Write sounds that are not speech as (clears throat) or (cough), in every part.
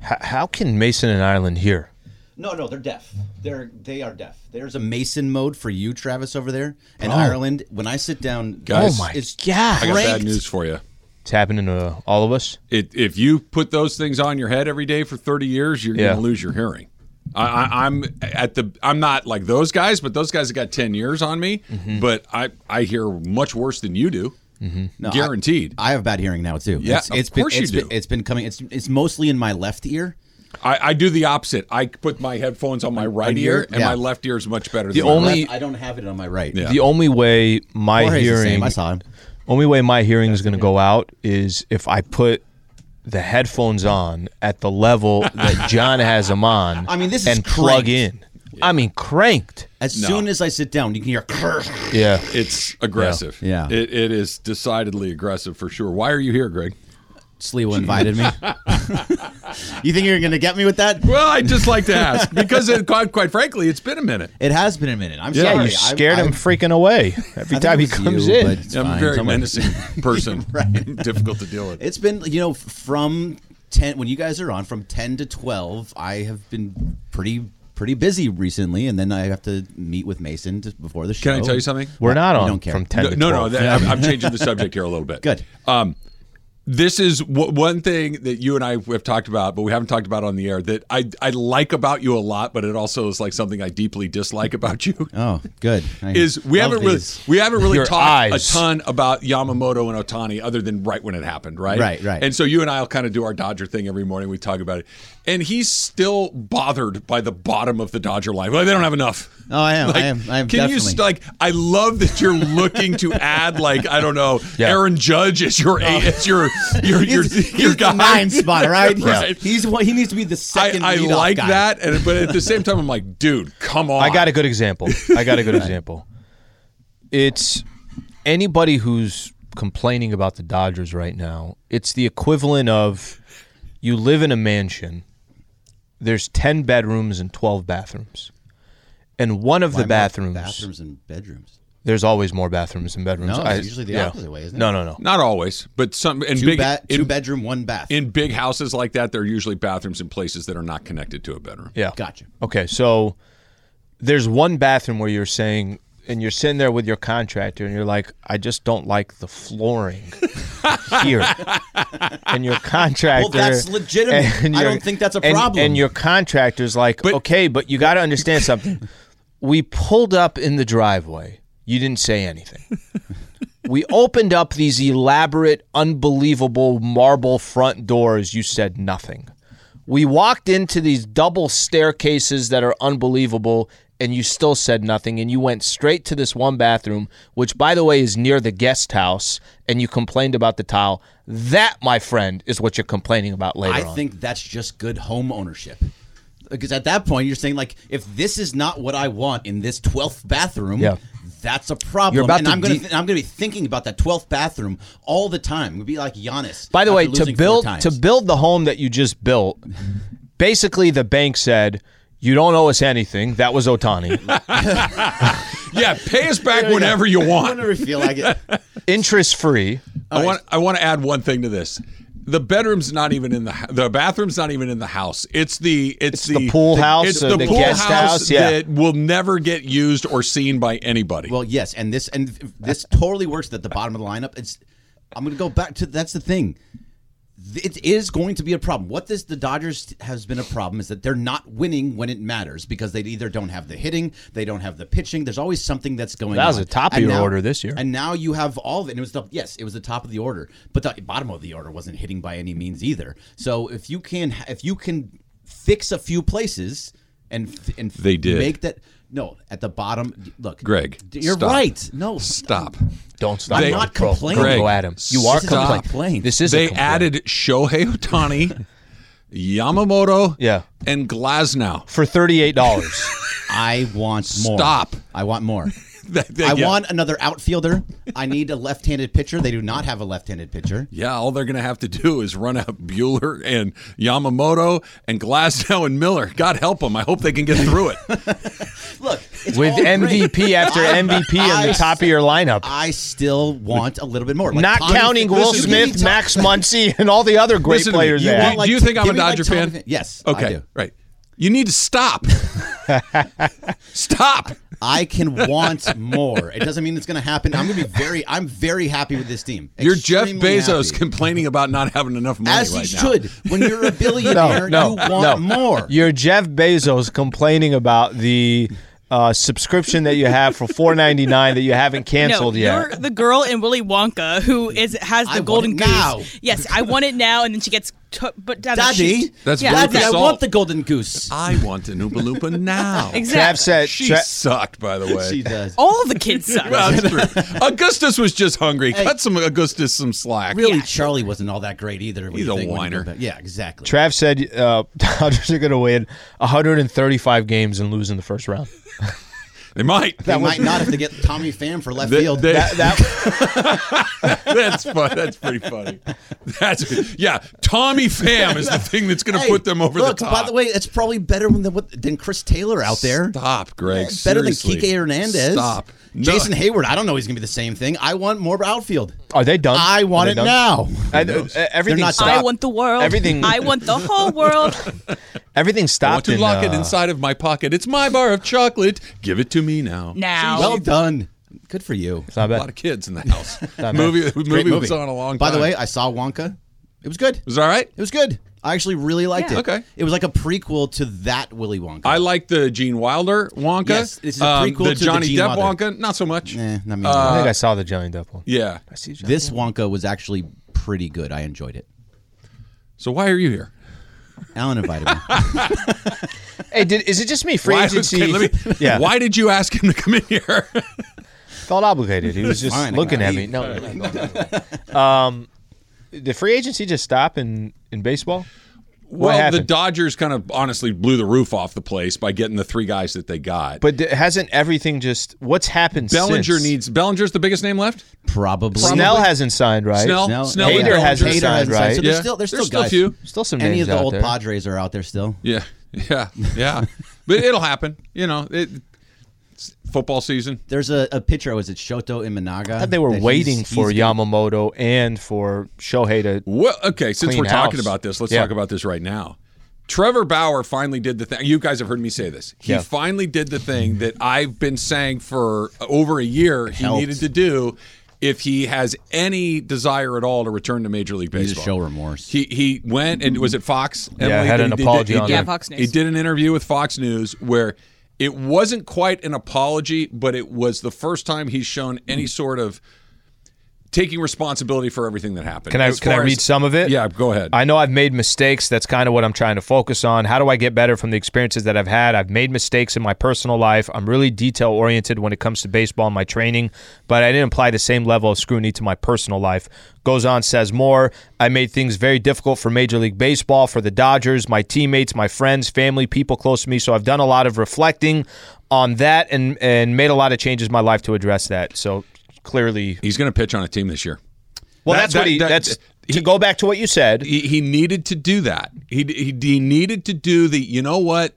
How, how can Mason and Ireland hear? No, no, they're deaf. They're they are deaf. There's a Mason mode for you, Travis, over there in Ireland. When I sit down, Guys, it's- Oh my it's God. I got cranked. bad news for you. It's happening to all of us. It, if you put those things on your head every day for 30 years, you're Yeah. going to lose your hearing. I, I, I'm at the. I'm not like those guys, but those guys have got 10 years on me. But I, I hear much worse than you do, No, I- guaranteed. I, have bad hearing now too. Yeah, it's, of it's been, course you it's been- do. it's been coming. It's it's mostly in my left ear. I, I do the opposite. I put my headphones on my right your- ear, and yeah. my left ear is much better. The than my only- right. Left, I don't have it on my right. Yeah. The only way my Jorge's the hearing, same. I saw him. only way my hearing is going to go out is if I put the headphones on at the level that John has them on. I mean, this is and plug cranked. in. I mean, cranked. As soon as I sit down, you can hear. (laughs) Yeah. it's aggressive. Yeah. it, it is decidedly aggressive for sure. Why are you here, Greg? Sliwa invited me. you think you're gonna get me with that? Well, I just like to ask because, it, quite, quite frankly, it's been a minute. It has been a minute. I'm Yeah, sorry. you scared I, him freaking away every I, I time think he it was comes you, in. but it's I'm a fine. very Someone- (laughs) menacing person. (laughs) Difficult to deal with. It's been you know from ten when you guys are on from ten to twelve. I have been pretty pretty busy recently, and then I have to meet with Mason just before the show. Can I tell you something? We're not You on don't care. from 10 No, to no, 12. no, that- I'm, I'm changing the subject here a little (laughs) bit. Good. Um, this is w- one thing that you and I have talked about, but we haven't talked about on the air that I, I like about you a lot, but it also is like something I deeply dislike about you. Oh, good. (laughs) I Is we love haven't really these. we haven't really Your talked eyes. a ton about Yamamoto and Otani other than right when it happened, right? Right, right. And so you and I'll kind of do our Dodger thing every morning. We talk about it, and he's still bothered by the bottom of the Dodger line. Like they don't have enough. Oh, I am. Like, I am. I am. Can definitely. you st- like? I love that you're looking (laughs) to add like I don't know Yeah. Aaron Judge as your eight as your your Oh. your, (laughs) he's, your he's guy. the nine spot, (laughs) right? Right. He's what he needs to be the I, second. I leadoff like guy. that, and but at the same time, I'm like, dude, come on. I got a good example. I got a (laughs) good example. It's anybody who's complaining about the Dodgers right now, it's the equivalent of you live in a mansion, there's 10 bedrooms and 12 bathrooms. And one of Why the am I- bathrooms, bathrooms, and bedrooms. there's always more bathrooms than bedrooms. No, it's usually the opposite way, isn't it? No, no, no. Not always, but some and Two, big ba- two in, bedroom, one bath. in big houses like that, there are usually bathrooms in places that are not connected to a bedroom. Yeah. Gotcha. Okay, so there's one bathroom where you're saying, and you're sitting there with your contractor, and you're like, I just don't like the flooring here. and your contractor. that's legitimate. I your- don't think that's a and- problem. And your contractor's like, But- okay, but you got to understand something. we pulled up in the driveway. You didn't say anything. (laughs) We opened up these elaborate, unbelievable marble front doors. You said nothing. We walked into these double staircases that are unbelievable, and you still said nothing. And you went straight to this one bathroom, which, by the way, is near the guest house, and you complained about the tile. That, my friend, is what you're complaining about later I on. think that's just good home ownership. Because at that point, you're saying like, if this is not what I want in this twelfth bathroom, Yeah. that's a problem. You're about and to I'm gonna de- th- I'm gonna be thinking about that twelfth bathroom all the time. We'd be like Giannis. By the after way, to losing four build times. to build the home that you just built, basically the bank said, "You don't owe us anything." That was (laughs) Otani. Yeah, pay us back whenever you want. whenever you feel like (laughs) it. Interest free. I want I want to add one thing to this. The bedroom's not even in the hou- the bathroom's not even in the house. It's the it's, the pool house It's or the, the pool guest house, house, yeah. that will never get used or seen by anybody. Well, yes, and this and this totally works at the bottom of the lineup. It's I'm going to go back to that's the thing. It is going to be a problem. What this the Dodgers has been a problem is that they're not winning when it matters because they either don't have the hitting, they don't have the pitching. There's always something that's going. That was on. the top of And your now- order this year. and now you have all of it. And it was the yes, it was the top of the order, but the bottom of the order wasn't hitting by any means either. So if you can if you can fix a few places and and They did. make that no at the bottom. Look, Greg, you're stop. right. No, Stop. Don't stop. him, They- not bro. complaining. Don't go Greg, at him. You are This is not complaining. complaining. This is a they complaint. added Shohei Otani Yamamoto, Yeah. and Glasnow. (laughs) for thirty-eight dollars. I want more. Stop. I want (laughs) more. That- that- I yeah. want another outfielder. I need a left-handed pitcher. They do not have a left-handed pitcher. Yeah, all they're going to have to do is run out Bueller and Yamamoto and Glasnow and Miller. God help them. I hope they can get through it. Look, (laughs) it's With all great. MVP after MVP in the top of your lineup. I still want a little bit more. Like Not Tommy- counting Will Listen, give me Smith, Tom- Max Muncy, and all the other great Listen to me. players You they want, have. Do like- you think I'm give a me, like, Dodger Tommy fan? Fin- Yes, I Okay, do. right. You need (laughs) to stop. stop. I can want more. It doesn't mean it's going to happen. I'm going to be very. I'm very happy with this team. You're Jeff Extremely Bezos happy. complaining about not having enough money as right you now. should. When (laughs) you're a billionaire, no, you want no. more. You're Jeff Bezos complaining about the uh, subscription that you have for four ninety nine that you haven't canceled no, yet. You're the girl in Willy Wonka who is has the I want golden it goose. now. Yes, I want it now, and then she gets t- but down Daddy, The chute. That's yeah. Willy Daddy, I Salt. want the golden goose. I want an Oompa (laughs) Loompa now. exactly. Trav said. She Tra- sucked, by the way. She does. All the kids suck. (laughs) Well, (laughs) that's true. Augustus was just hungry. Cut some Augustus some slack. Really, Charlie wasn't all that great either. when He's you a think- when you whiner. go back- Yeah, exactly. Trav said uh, (laughs) Dodgers are going to win 135 games and lose in the first round. They might. they might not have to get Tommy Pham for left They- field. they- That, that, (laughs) That's fun. That's pretty funny. That's yeah. Tommy Pham is the thing that's going to Hey, put them over look, the top. By the way, it's probably better than what- than Chris Taylor out there. stop, Greg. Better than Seriously. Kike Hernandez. Stop. No. Jason Hayward. I don't know. He's gonna be the same thing. I want more outfield. (laughs) are they done? I want Are they it done? now. I- uh, everything not stopped. I want the world. Everything- I want the whole world. everything I stopped. want to in, lock it uh, inside of my pocket. It's my bar of chocolate. Give it to me now. Now. Well done. Good for you. it's not A bad. lot of kids (laughs) in the house. movie, movie, Great was on a long By time. the way, I saw Wonka. It was good. was it all right. It was good. I actually really liked Yeah. it. Okay. It was like a prequel to that Willy Wonka. I like the Gene Wilder Wonka. Um, Yes, this is a prequel the to the Johnny Gene Depp Wilder. Wonka. Not so much. Eh, not me. I Uh, think I saw the Johnny Depp one. Yeah. this Wonka was actually pretty good. I enjoyed it. So why are you here? Alan invited me. (laughs) Hey, did, is it just me? Free Why, agency. okay, let (laughs) me- (laughs) yeah, why did you ask him to come in here? felt obligated. He was just Fine, I looking gotta at me. eat. No, um, the free agency just stop in in baseball. What (laughs) well, the happened? Dodgers kind of honestly blew the roof off the place by getting the three guys that they got. But d- hasn't everything just what's happened? Bellinger since? needs Bellinger's the biggest name left. Probably. Snell hasn't signed right. Snell, No, Snell, Hader and hasn't Bellinger. signed, right? So there's Yeah. still there's, There's still still guys. few. Still some Any names of the out old there. Padres are out there still. Yeah, (laughs) yeah, yeah. but it'll happen. You know, it, it's football season. There's a, a pitcher. Was it Shoto Imanaga? I thought they were that he's- waiting he's for good. Yamamoto and for Shohei to. Well, okay, since Clean we're talking house. about this, let's Yeah. talk about this right now. Trevor Bauer finally did the thing. You guys have heard me say this. He Yeah. finally did the thing that I've been saying for over a year he Helped. needed to do if he has any desire at all to return to Major League He's a Baseball. show remorse. He he went and was it Fox? Emily, had that an he did- apology he on did- there. Yeah, Fox News. He did an interview with Fox News where it wasn't quite an apology, but it was the first time he's shown any sort of taking responsibility for everything that happened. Can I As can I far read as- some of it? Yeah, go ahead. I know I've made mistakes. That's kind of what I'm trying to focus on. How do I get better from the experiences that I've had? I've made mistakes in my personal life. I'm really detail oriented when it comes to baseball and my training, but I didn't apply the same level of scrutiny to my personal life. Goes on, says more. I made things very difficult for Major League Baseball, for the Dodgers, my teammates, my friends, family, people close to me. So I've done a lot of reflecting on that and and made a lot of changes in my life to address that. So clearly, he's going to pitch on a team this year. well, That- that's what that- he. that- that's he- to go back to what you said. he, he needed to do that. He, he he needed to do the you know what,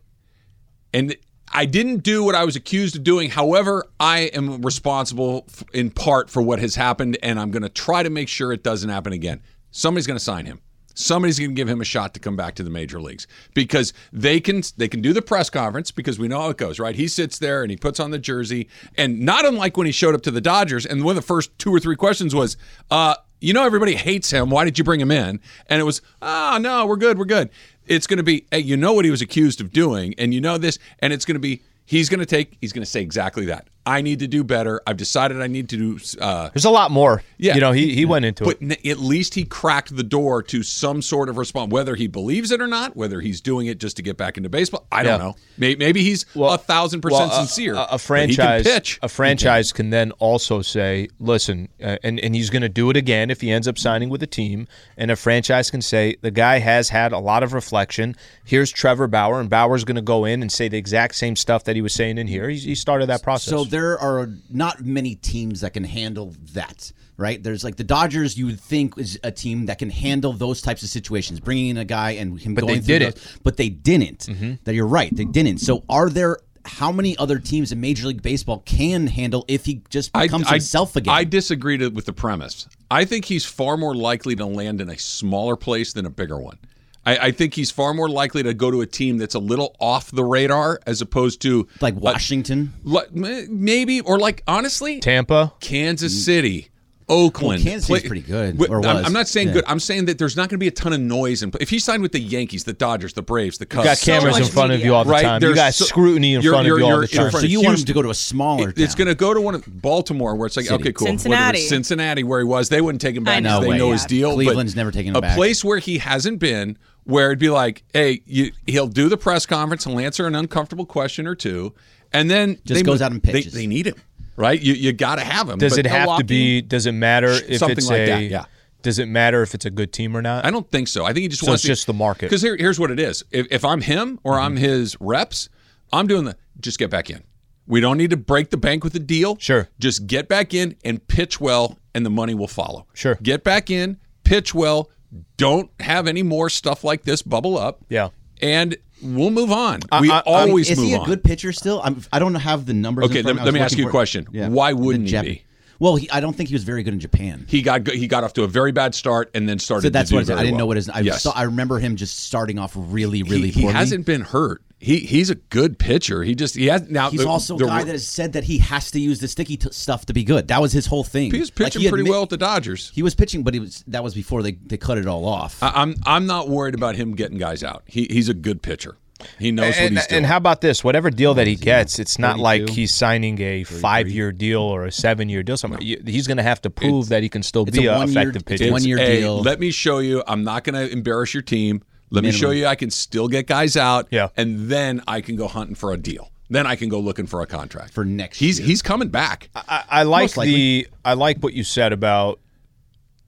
and I didn't do what I was accused of doing. However, I am responsible f- in part for what has happened, and I'm going to try to make sure it doesn't happen again. Somebody's going to sign him. Somebody's going to give him a shot to come back to the major leagues because they can they can do the press conference because we know how it goes, right? He sits there and he puts on the jersey, and not unlike when he showed up to the Dodgers, and one of the first two or three questions was, uh, you know everybody hates him. Why did you bring him in? And it was, ah, no, we're good, we're good. It's going to be, hey, you know what he was accused of doing, and you know this, and it's going to be, he's going to take, he's going to say exactly that. I need to do better. I've decided I need to do. Uh, There's a lot more. Yeah. You know, he, he went into it. but n- at least he cracked the door to some sort of response, whether he believes it or not, whether he's doing it just to get back into baseball. I don't Yeah. know. May- Maybe he's Well, a thousand percent well, a- sincere. A, a but he franchise, can pitch. a franchise can then also say, "Listen," uh, and and he's going to do it again if he ends up signing with a team. And a franchise can say, "The guy has had a lot of reflection. Here's Trevor Bauer, and Bauer's going to go in and say the exact same stuff that he was saying in here. He, he started that process. So there are not many teams that can handle that, right? There's like the Dodgers. You would think is a team that can handle those types of situations, bringing in a guy and him But they going through didn't. those- but they didn't. Mm-hmm. That you're right, they didn't. So are there? How many other teams in Major League Baseball can handle if he just becomes himself again? I disagree to, with the premise. I think he's far more likely to land in a smaller place than a bigger one. I, I think he's far more likely to go to a team that's a little off the radar as opposed to like a- Washington. li- m- maybe or like honestly Tampa. Kansas City, Oakland. Mm. Well, Kansas City's pretty good, Wait, or I'm- I'm, was. not saying good. I'm saying that there's not going to be a ton of noise. And if he signed with the Yankees, the Dodgers, the Braves, the Cubs, Got cameras much in front of media. you all the Right, time. You there's got so- scrutiny in you're- front of you're- you all you're the in time. front So of you want him to go to a smaller? it- it's town. going to go to one of Baltimore, where it's like, okay, cool. whether it's Cincinnati. Cincinnati, where he was, they wouldn't take him I back. know. because No they know way. his deal. but Cleveland's never taking him a back. place where he hasn't been, where it'd be like, hey, you, he'll do the press conference, he'll answer an uncomfortable question or two, and then Just they goes mo- out and they- pitches. They, need him, right? You you got to have him. Does but it have to Milwaukee? be? Does it matter if Something it's like a? that, yeah. Does it matter if it's a good team or not? I don't think so. I think he just So wants it's just the market. Mm-hmm. Because here, here's what it is: if, if I'm him or I'm his reps, I'm doing the just get back in. We don't need to break the bank with a deal. Sure. just get back in and pitch well, and the money will follow. Sure. get back in, pitch well. Don't have any more stuff like this bubble up. Yeah. and we'll move on. we I- I- always is move he a on. good pitcher still? I'm, I don't have the numbers. in Okay, front of let- me. I was let me ask looking you a for it. question. Why The wouldn't he Jap- be? Well, he, I don't think he was very good in Japan. he got he got off to a very bad start and then started. so that's to do what it is. I very didn't know well. what his. I Yes. saw, I remember him just starting off really, really he, he poorly. hasn't been hurt. He he's a good pitcher. He just he has now. He's the- also uh, the- a guy that has said that he has to use the sticky t- stuff to be good. That was his whole thing. He was Like, pitching he pretty admit- well at the Dodgers. He was pitching, but he was that was before they, they cut it all off. I, I'm I'm not worried about him getting guys out. He he's a good pitcher. He knows and, what he's doing. and how about this? Whatever deal that he gets, it's not like he's signing a five-year deal or a seven-year deal. Something You- he's going to have to prove that he can still be a an one-year- effective it's pitcher. one year Hey, deal. Let me show you. I'm not going to embarrass your team. Let me show you. I can still get guys out. Yeah. and then I can go hunting for a deal. Then I can go looking for a contract For next He's year. he's coming back. I, I like Most likely. the I like what you said about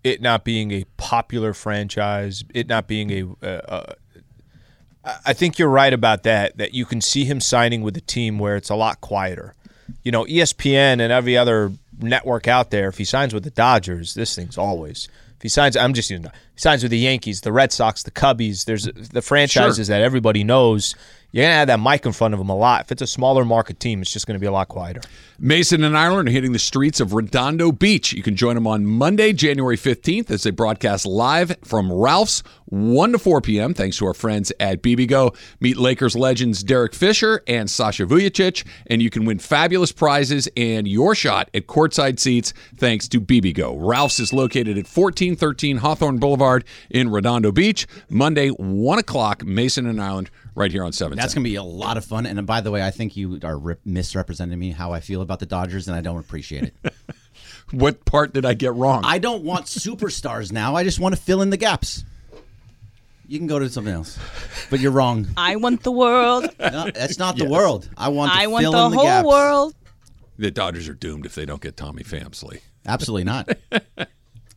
it not being a popular franchise, it not being a. Uh, uh, I- I think you're right about that. That you can see him signing with a team where it's a lot quieter. You know, E ESPN and every other network out there. If he signs with the Dodgers, this thing's always. If he signs, I'm just using. If he signs with the Yankees, the Red Sox, the Cubbies. There's the franchises that everybody knows. You're gonna have that mic in front of them a lot. If it's a smaller market team, it's just gonna be a lot quieter. Mason and Ireland are hitting the streets of Redondo Beach. You can join them on Monday, January 15th, as they broadcast live from Ralph's 1 to 4 p.m. Thanks to our friends at BBGO. Meet Lakers legends Derek Fisher and Sasha Vujacic, and you can win fabulous prizes and your shot at courtside seats thanks to BBGO. Ralph's is located at 1413 Hawthorne Boulevard in Redondo Beach. Monday, 1 o'clock, Mason and Ireland, right here on 7. That's going to be a lot of fun. And uh, by the way, I think you are rip- misrepresenting me how I feel about the Dodgers, and I don't appreciate it. (laughs) What part did I get wrong? I don't want superstars now. I just want to fill in the gaps. You can go to something else, but you're wrong. I want the world. (laughs) No, that's not the world. I want. To Uh, I want fill the in the whole gaps. world. the Dodgers are doomed if they don't get Tommy Famsley. Oh. (laughs) Absolutely not.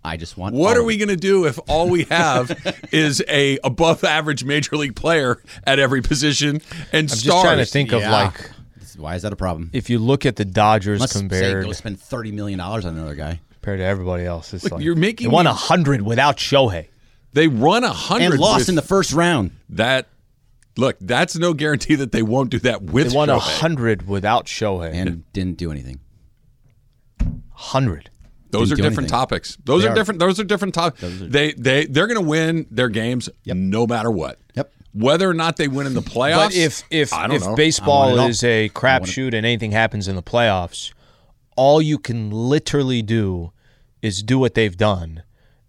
I just want. What all are of we it. going to do if all we have (laughs) is a above average major league player at every position and I'm stars? just trying to think of Yeah. like Why is that a problem? if you look at the Dodgers Let's say compared go spend thirty million dollars on another guy compared to everybody else, it's like you're making they won me- hundred without Shohei. They run a hundred and lost with in the first round. that. Look, that's no guarantee that they won't do that with They won Shohei. hundred without Shohei. and didn't do anything. Hundred. Those didn't are do different anything. topics. Those They are, are. different. Those are different topics. They they they're going to win their games no matter what. Yep. Whether or not they win in the playoffs, But if if I don't if know. I baseball want it is a crapshoot and anything happens in the playoffs, all you can literally do is do what they've done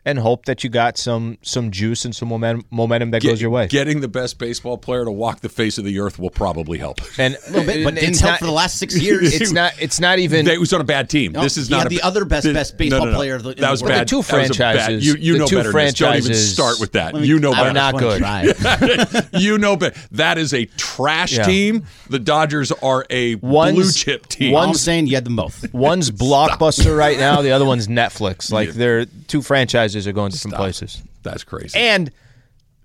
and hope that you got some some juice and some momentum, momentum that goes your way. Getting the best baseball player to walk the face of the earth will probably help. and but and didn't it's help not- for the last (laughs) six years. It's not. It's not even. (laughs) They was on a bad team. No, this is he not had a, the other best- thi- best baseball player in the That was world. bad. The two That was a bad- franchises- you you the know two better. than this. Don't even franchises- start with that. You know I better. just not wanna good. try. (laughs) you know better. That is a trash Yeah. team. The Dodgers are a One's- (laughs) blue chip team. All I'm one's- saying you had them both. One's blockbuster right now. The other one's Netflix. Like they're two franchises are going different places. That's crazy. And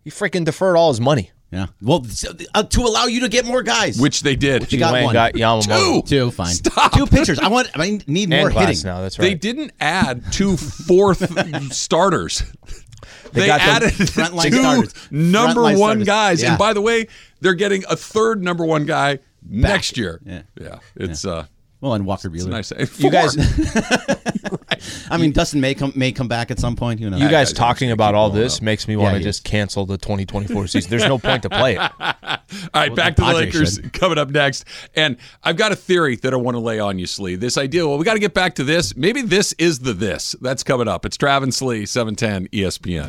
he freaking deferred all his money. Yeah. Well, so- uh, to allow you to get more guys. Which they did. You got Wayne one. got Yamamoto. Two. two? Fine. Stop. Two pitchers. I want. I need more and hitting. Glass now. That's They right. didn't add (laughs) two fourth starters. They, got them added frontline two starters. number Frontline one starters. guys, Yeah. and by the way, they're getting a third number one guy next year. Yeah. it's uh, Well, and Walker Bueller. nice. (laughs) you guys, I mean, Dustin may come may come back at some point. You know. you guys I- I talking keep about all going this up. makes me want to he just cancel the 2024 season. There's no point to play it. All right, back to the Padres Lakers should. coming up next. And I've got a theory that I want to lay on you, Slee. This idea, well, we got to get back to this. Maybe this is the this. That's coming up. It's Travis Slee, E 710 ESPN.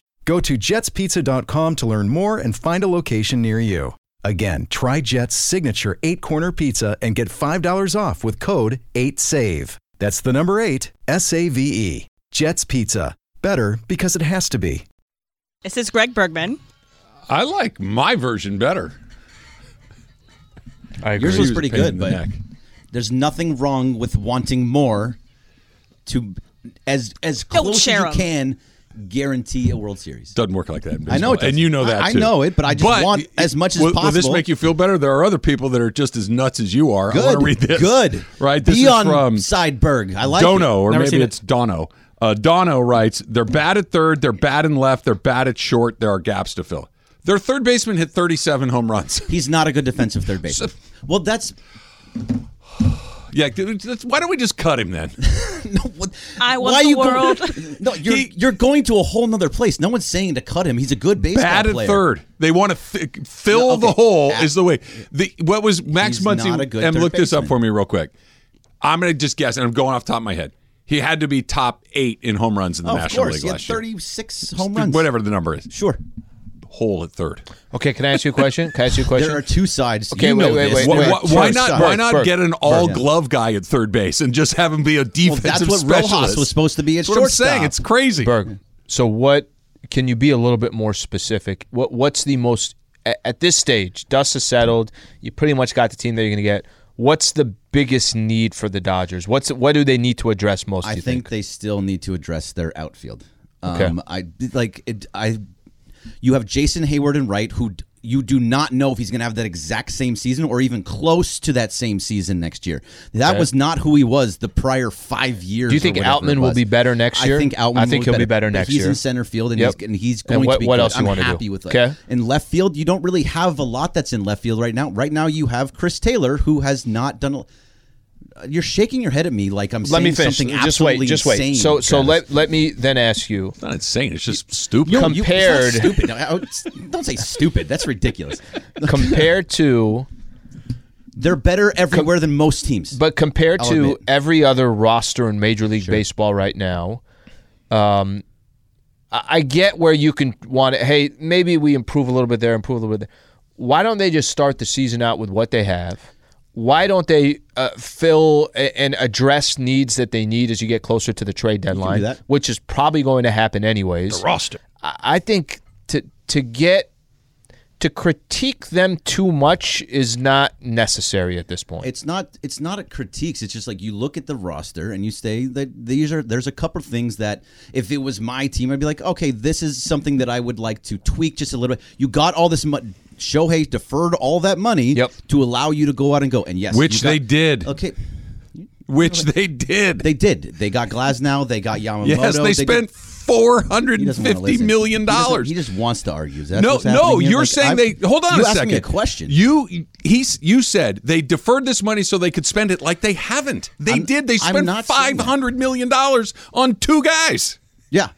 Go to jetspizza.com to learn more and find a location near you. Again, try Jet's signature eight corner pizza and get $5 off with code 8SAVE. That's the number eight, S A V E. Jet's Pizza. Better because it has to be. This is Greg Bergman. I like my version better. I Yours was He was pretty a pain in good, the but neck. there's nothing wrong with wanting more. To as as Don't close as share you 'em. can guarantee a World Series. Doesn't work like that. in I know it baseball. doesn't. and you know that. I- I too. know it, but I just want as much as will, Will this possible. make you feel better? There are other people that are just as nuts as you are. I want to read this. Good. (laughs) Right. This Be is on from Sideberg. I like Dono, it. or Never maybe seen it. it's Dono. Uh, Dono writes, they're bad at third, they're bad in left, they're bad at short, there are gaps to fill. Their third baseman hit 37 home runs. (laughs) He's not a good defensive third baseman. Well, that's (laughs) yeah, dude, that's- why don't we just cut (laughs) him then? no. What, I want why the you go- (laughs) world. no, you're He- you're going to a whole nother place. No one's saying to cut him. He's a good baseball bad at player. third. They want to th- fill No, okay. the hole. At- Is the way the what was Max He's Muncy? not a good and third look this up baseman. for me real quick. I'm gonna just guess, and I'm going off the top of my head. He had to be top eight in home runs in the Oh, of National course. League he had last year. 36 home runs. Whatever the number is, Sure. hole at third. Okay, can I ask you a question? Can I ask you a question? There are two sides. Okay, you wait, know wait, wait, this. Why, wait. why- why First, not? sorry. why not First, get an first. all glove guy at third base and just have him be a Well, defensive that's what specialist? Rojas was supposed to be at That's what I'm shortstop. saying. It's crazy. Berg. So what? Can you be a little bit more specific? What What's the most at, at this stage? Dust has settled. You pretty much got the team that you're going to get. What's the biggest need for the Dodgers? What's what do they need to address most? I do you think, they still need to address their outfield. Okay. Um, I like it, I. You have Jason Hayward and Wright, who d- you do not know if he's going to have that exact same season or even close to that same season next year. That was not who he was the prior five years. Do you think or whatever it Outman will was. be better next year? I think Outman. I think will he'll be better but next he's year. in center field, and, Yep. he's, and he's And going what- to be. what good. else you I'm wanna do? happy with it. Okay. In left field, you don't really have a lot that's in left field right now. Right now, you have Chris Taylor, who has not done. a- You're shaking your head at me like I'm Let saying me finish. something Just wait. absolutely Just wait. insane, so so Travis. let let me then ask you. It's not insane. It's just stupid. Yo, No, you- it's not compared- stupid. No, I would- don't say stupid. That's ridiculous. Compared to They're better everywhere than most teams. But compared I'll to admit. every other roster in Major League Baseball right now, um, I, I get where you can want it. Hey, maybe we improve a little bit there, improve a little bit there. Why don't they just start the season out with what they have? Why don't they uh, fill a- and address needs that they need as you get closer to the trade deadline, that. which is probably going to happen anyways? roster. I I think to to get to critique them too much is not necessary at this point. It's not it's not a critiques. It's just like you look at the roster and you say that these are there's a couple of things that if it was my team, I'd be like, okay, this is something that I would like to tweak just a little bit. You got all this money. Shohei deferred all that money Yep. to allow you to go out and go. And yes, Which you got- they did. Okay, (laughs) which they did. they did. They got Glasnow. They got Yamamoto. yes, got- they, spent four hundred He and doesn't wanna fifty listen. million He doesn't- dollars. He, just wants to argue. Is that No, what's no, happening here? you're Like, saying I'm- they. Hold on you a asked second. Me a question. You he's you said they deferred this money so they could spend it like they haven't. They I'm- did. They I'm spent not saying five that. hundred million dollars on two guys. Yeah,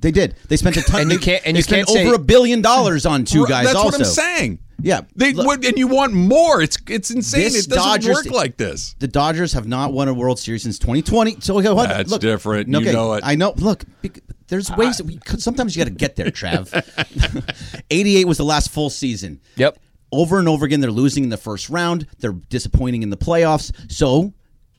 they did. They spent a ton. And you they- can't- and they you spent can't say- over a billion dollars on two Right, guys. That's also. what I'm saying. Yeah, They look- would, and you want more. It's it's insane. This It doesn't Dodgers work thing- like this. The Dodgers have not won a World Series since 2020. So okay, what? That's look, different. You know it. I know. Look, bec- there's ways. that we could, sometimes you got to get there, (laughs) (laughs) Trav. 88 was the last full season. Yep. Over and over again, they're losing in the first round. They're disappointing in the playoffs. So.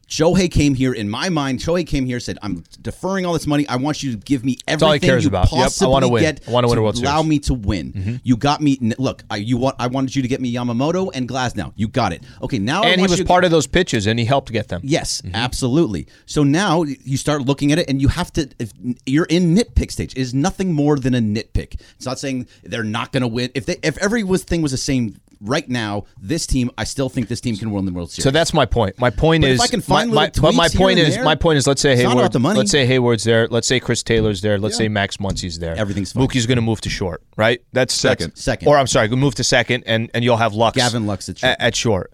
Shohei came here. In my mind, Shohei came here. Said, "I'm deferring all this money. I want you to give me everything all he cares you about. Yep, I possibly wanna win. get I wanna win a to World Series." Mm-hmm. allow me to win. You got me. n- Look, I, you want. I wanted you to get me Yamamoto and Glasnow. You got it. Okay, now I and he want was you to- part of those pitches and he helped get them. Yes, absolutely. So now you start looking at it, and you have to. If you're in nitpick stage. It Is nothing more than a nitpick. It's not saying they're not going to win. If they, if every was thing was the same right now, this team, I still think this team can win the World Series. So that's my point. My point But if is, I can find my, my, little but my tweaks here point and is, there, my point is, let's say it's not Hayward, about the money. let's say Hayward's there, let's say Chris Taylor's there, let's say Max Muncy's there, Everything's fine. Mookie's going to move to short, right? That's that's- Second. Second. or I'm sorry, move to second, and and you'll have Lux, Gavin Lux at short. a- at short.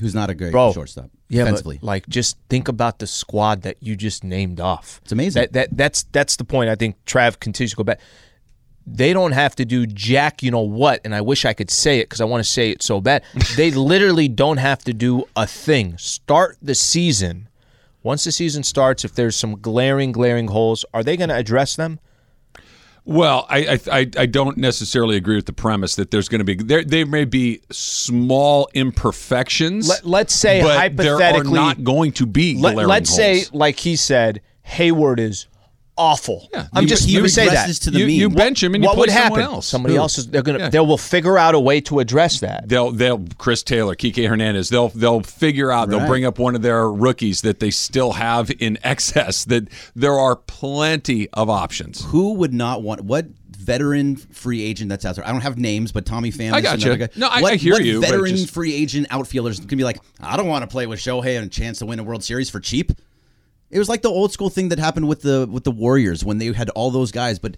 who's not a great Bro. shortstop. Yeah, defensively. but like just think about the squad that you just named off. It's amazing. That, that that's that's the point. I think Trav continues to go back. They don't have to do jack, you know what? And I wish I could say it because I want to say it so bad. (laughs) they literally don't have to do a thing. Start the season. Once the season starts, if there's some glaring, glaring holes, are they going to address them? Well, I I, I I don't necessarily agree with the premise that there's going to be there. There may be small imperfections. Let- let's say but hypothetically- there are not going to be. Let, glaring let's say, holes. like he said, Hayward is awful. Yeah, I'm he- just he you say that. regresses to the you, mean. you bench him and you what play would someone happen? else. Somebody Who? else is they're gonna Yeah. they will figure out a way to address that. They'll they'll Chris Taylor, Kike Hernandez. They'll they'll figure out. They'll bring up one of their rookies that they still have in (laughs) excess. That there are plenty of options. who would not want what veteran free agent that's out there? I don't have names, but Tommy Pham. I is gotcha. another guy. No, I- what, I hear what you, but Veteran just- free agent outfielders can be like, I don't want to play with Shohei and a chance to win a World Series for cheap. It was like the old school thing that happened with the with the Warriors when they had all those guys, but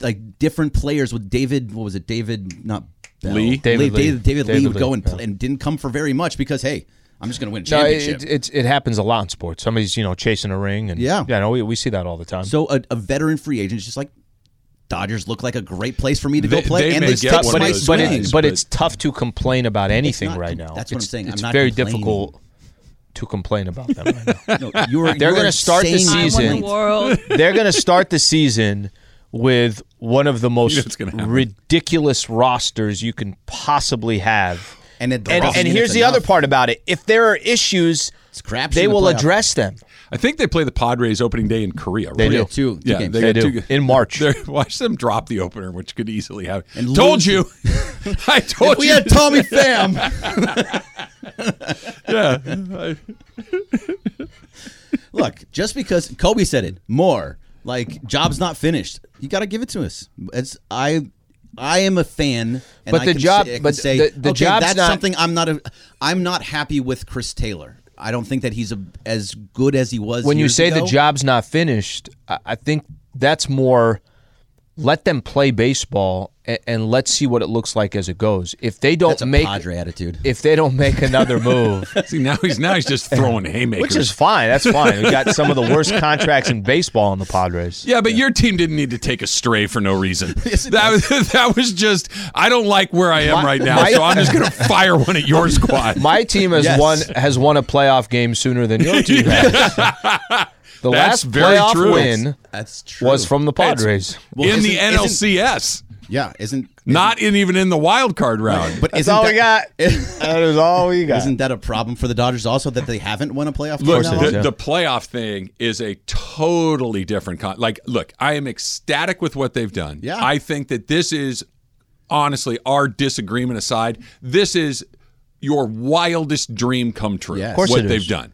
like different players with David. What was it? David not Bell. Lee? David Lee. David, David Lee David would Lee, go and, yeah. play, and didn't come for very much because hey, I'm just going to win a No, championship. it, it, it happens a lot in sports. Somebody's you know chasing a ring and Yeah. no, we, we see that all the time. So a, a veteran free agent is just like Dodgers look like a great place for me to They- go play, they and may they get fix one but of my it's those but, swing. it, guys, but but- it's tough to complain about anything not- right now. that's what I'm It's- saying. I'm It's not very complaining. difficult to complain about them. Right now. No, (laughs) you were, They're you were gonna start the saying- I won season. the world. they're going to start the season with one of the (laughs) what's most gonna happen. ridiculous rosters you can possibly have. And it- and, I mean, and it's here's the other enough. part about it. If there are issues, crapshoot they in the will playoffs. address them. I think they play the Padres opening day in Korea. Right? They do. Two- two yeah, games. They, They got do. Two, (laughs) In March. They're- Watch them drop the opener, which could easily happen. And lose. told you. I told Oh, We you. (laughs) had Tommy Pham. yeah. Look, just because Kobe said it, more like job's not finished. You got to give it to us. It's I. I am a fan, and But I the can job- say, I can but say, the- the okay, job's that's not- something I'm not. A, I'm not happy with Chris Taylor. I don't think that he's a, as good as he was. When you years say the ago. job's not finished, I, I think that's more let them play baseball and, and let's see what it looks like as it goes. If they don't that's a make Padre attitude. if they don't make (laughs) another move, See now he's now he's just throwing haymakers. which is fine, that's fine. We got some of the worst contracts in baseball in the Padres. Yeah, but your team didn't need to take a stray for no reason. that was (laughs) that was just I don't like where I am My- right now, my- so I'm just gonna fire one at your squad. My team has Yes. won has won a playoff game sooner than your team has. The (laughs) last That's very playoff true. win That's true. was from the Padres. Well, in the isn't- isn't- NLCS, yeah, isn't not in even in the wild card round. But (laughs) isn't that, that is all we got. Isn't that a problem for the Dodgers also that they haven't won a playoff? Look, game that the, long? the playoff thing is a totally different con. Like, look, I am ecstatic with what they've done. Yeah. I think that this is honestly, our disagreement aside, this is your wildest dream come true. Yes. Of course what it is. they've done.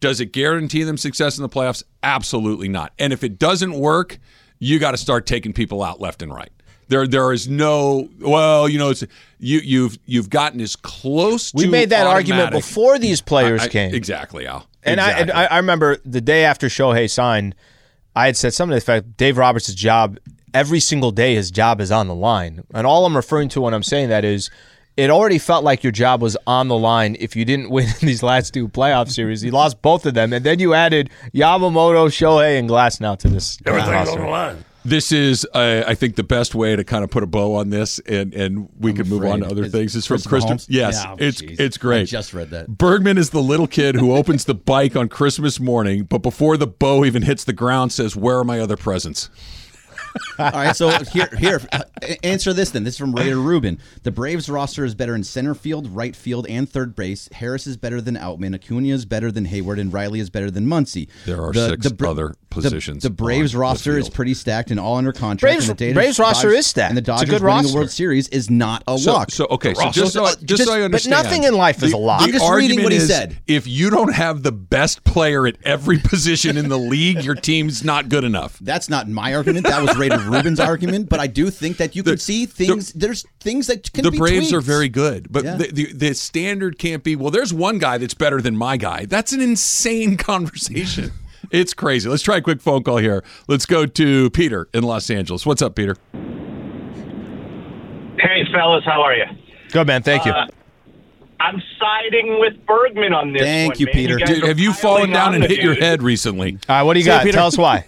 Does it guarantee them success in the playoffs? Absolutely not. And if it doesn't work, you got to start taking people out left and right. There, there is no well, you know, it's you, you've you've gotten as close. We to made that argument automatic- before these players I- came. Exactly, Al. And, I, and Exactly. I I remember the day after Shohei signed, I had said something to the effect Dave Roberts' job, every single day, his job is on the line. And all I'm referring to when I'm saying that is it already felt like your job was on the line if you didn't (laughs) win these last two playoff series. You lost both of them. And then you added Yamamoto, Shohei, and Glass now to this. roster. This is, uh, I think, the best way to kind of put a bow on this, and and we can move on to other things. It's from Christian. Mahomes? Yes, Yeah, oh, it's jeez. it's great. I just read that. Bergman is the little kid who opens the bike on Christmas morning, but before the bow even hits the ground, says, "Where are my other presents?" All right, so here, here, uh, answer this then. This is from Raider Rubin. The Braves roster is better in center field, right field, and third base. Harris is better than Outman. Acuna is better than Hayward, and Riley is better than Muncy. There are six Bra- other the- positions The, Braves on the roster is field. pretty stacked and all under contract. Braves- and the data- Braves roster Dodgers- is stacked. and the It's a Dodgers good winning roster. the World Series is not a So, luck. so okay, so Ross, just so I, uh, just, just- so I but understand, nothing in life is the- a lock. the I'm just reading argument what he is, said. If you don't have the best player at every (laughs) position in the league, your team's not good enough. That's not my argument. That was Raider Rubin's argument. But I do think that you can see things. There's things that can the be Braves are tweaked. very good, but Yeah. the, the the standard can't be. Well, there's one guy that's better than my guy. That's an (laughs) insane (laughs) conversation. it's crazy. Let's try a quick phone call here. Let's go to Peter in Los Angeles. What's up, Peter? Hey, fellas, how are you? Good, man. Thank you. Uh, I'm siding with Bergman on this. Thank one, you, man. Peter. guys Dude, are have you fallen piling down on and the hit your dude. head recently? all right, what do you got? Peter. Tell us why.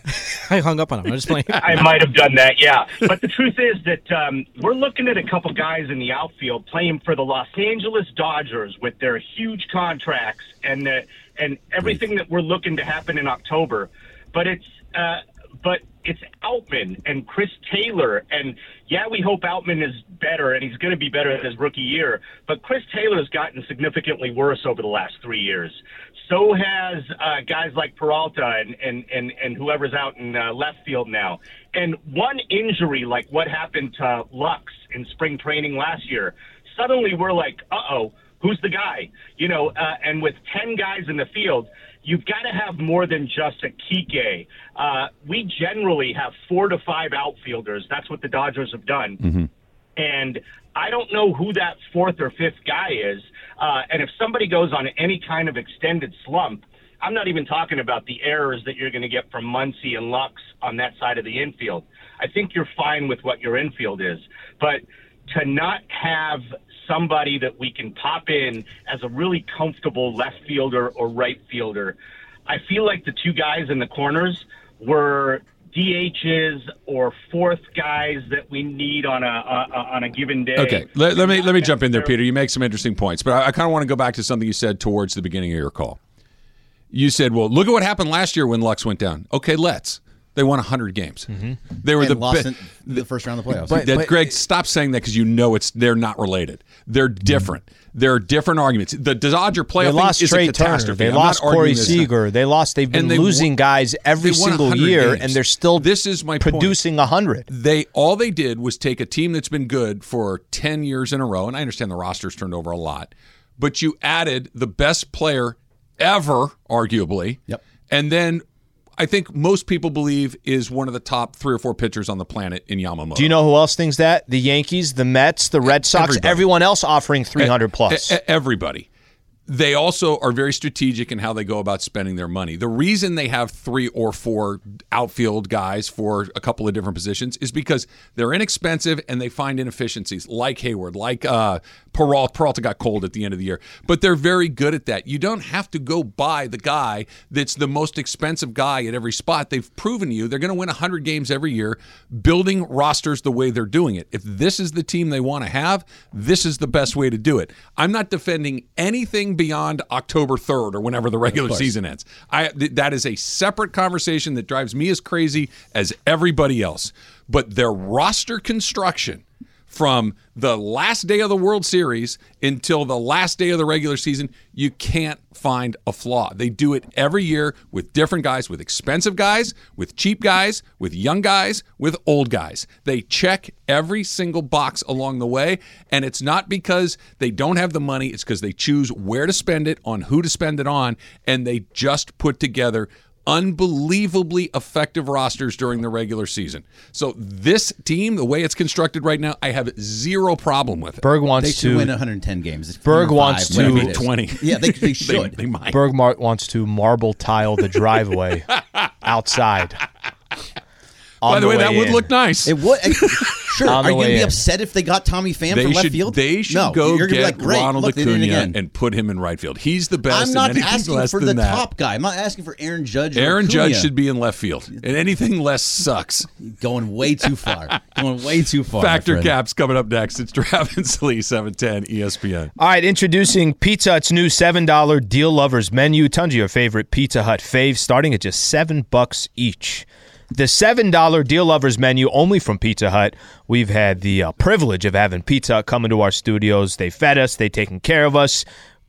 I hung up on him. I'm just playing. I might have done that, yeah. But the truth is that um, we're looking at a couple guys in the outfield playing for the Los Angeles Dodgers with their huge contracts and the, and everything that we're looking to happen in October. But it's uh, but it's Outman and Chris Taylor and yeah, we hope Outman is better and he's going to be better than his rookie year. But Chris Taylor has gotten significantly worse over the last three years. So has uh, guys like Peralta and, and, and, and whoever's out in uh, left field now. And one injury like what happened to Lux in spring training last year, suddenly we're like, uh oh, who's the guy? You know, uh, and with 10 guys in the field, you've got to have more than just a Kike. Uh, we generally have four to five outfielders. That's what the Dodgers have done and I don't know who that fourth or fifth guy is. Uh, and if somebody goes on any kind of extended slump, I'm not even talking about the errors that you're going to get from Muncie and Lux on that side of the infield. I think you're fine with what your infield is, but to not have somebody that we can pop in as a really comfortable left fielder or right fielder, I feel like the two guys in the corners were DHs or fourth guys that we need on a uh, on a given day. Okay, let, let me let me jump in there, Peter. You make some interesting points, but I, I kind of want to go back to something you said towards the beginning of your call. You said, "Well, look at what happened last year when Lux went down." Okay, let's. They won 100 games. They were Mm-hmm. And the lost be- in the first round of the playoffs. that Greg, stop saying that because you know it's they're not related. They're different. There are different arguments. The Dodger Mm-hmm. playoff They thing lost is Trey a Turner. catastrophe. They I'm not lost arguing Corey this. Seager. They lost. They've been And they losing won- guys every they won single 100 year, games. and they're still This is my point. producing hundred. They all they did was take a team that's been good for 10 years in a row, and I understand the roster's turned over a lot, but you added the best player ever, arguably. Yep. And then I think most people believe is one of the top three or four pitchers on the planet in Yamamoto. Do you know who else thinks that? The Yankees, the Mets, the Red Sox, Everybody. everyone else offering 300 plus. E- e- Everybody. They also are very strategic in how they go about spending their money. The reason they have three or four outfield guys for a couple of different positions is because they're inexpensive and they find inefficiencies, like Hayward, like uh, Peralta. Peralta got cold at the end of the year, but they're very good at that. You don't have to go buy the guy that's the most expensive guy at every spot. They've proven to you they're going to win 100 games every year, building rosters the way they're doing it. If this is the team they want to have, this is the best way to do it. I'm not defending anything beyond October 3rd or whenever the regular season ends. I th- that is a separate conversation that drives me as crazy as everybody else. But their roster construction from the last day of the World Series until the last day of the regular season, you can't find a flaw. They do it every year with different guys, with expensive guys, with cheap guys, with young guys, with old guys. They check every single box along the way, and it's not because they don't have the money, it's because they choose where to spend it, on who to spend it on, and they just put together unbelievably effective rosters during the regular season. So this team, the way it's constructed right now, I have zero problem with it. Berg They wants should win to. 110 games. It's Berg five, wants to- whatever it is. 20. Yeah, they, they (laughs) They, should. they might. Berg Mar- wants to marble tile the (laughs) driveway outside. By On the way, that would in. look nice. It (laughs) would. I- sure. On Are the you going way to be in. upset if they got Tommy Pham They from left should, field? they should no, go you're gonna be like, get great, Ronald look, they did it Acuna again. and put him in right field. He's the best. I'm not and anything asking less for than the that. top guy. I'm not asking for Aaron Judge. or Aaron Acuna. Judge should be in left field, and anything less sucks. going way too (laughs) far. going way too far. my Factor friend. caps coming up next. It's Travis (laughs) Lee, seven ten E ESPN. All right, introducing Pizza Hut's new $7 Deal Lovers menu. Tons of your favorite Pizza Hut faves starting at just 7 bucks each. The $7 Deal Lovers menu only from Pizza Hut. We've had the uh, privilege of having Pizza Hut come into our studios. They fed us, they taken care of us.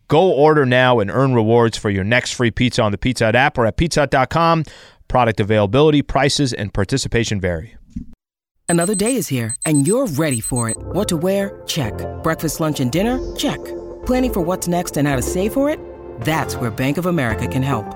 Go order now and earn rewards for your next free pizza on the Pizza Hut app or at pizzahut.com. Product availability, prices, and participation vary. Another day is here, and you're ready for it. What to wear? Check. Breakfast, lunch, and dinner? Check. Planning for what's next and how to save for it? That's where Bank of America can help.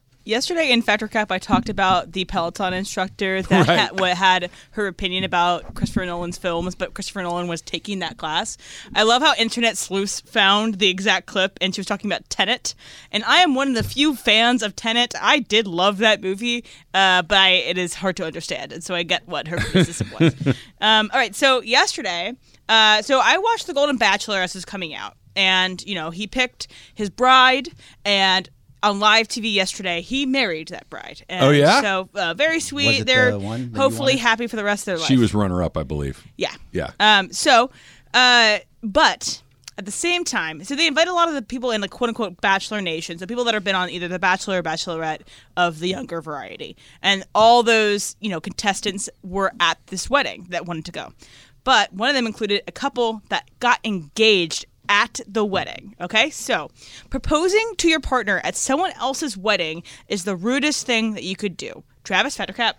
Yesterday in Factor Cap, I talked about the Peloton instructor that Right. had, what had her opinion about Christopher Nolan's films, but Christopher Nolan was taking that class. I love how Internet Sleuths found the exact clip, and she was talking about Tenet. And I am one of the few fans of Tenet. I did love that movie, uh, but I, it is hard to understand, and so I get what her criticism (laughs) was. Um, all right, so yesterday, uh, so I watched The Golden Bachelor as it was coming out, and you know he picked his bride, and on live TV yesterday he married that bride. And Oh, yeah? so uh, very sweet. it They're the one that you hopefully wanted? happy for the rest of their life. She was runner up, I believe. yeah, Yeah. Um, so, uh, but at the same time, so they invite a lot of the people in the quote unquote Bachelor Nation, so people that have been on either the Bachelor or Bachelorette of the younger variety, and all those you know contestants were at this wedding that wanted to go, but one of them included a couple that got engaged at the wedding. Okay, so proposing to your partner at someone else's wedding is the rudest thing that you could do. Travis Fettercap.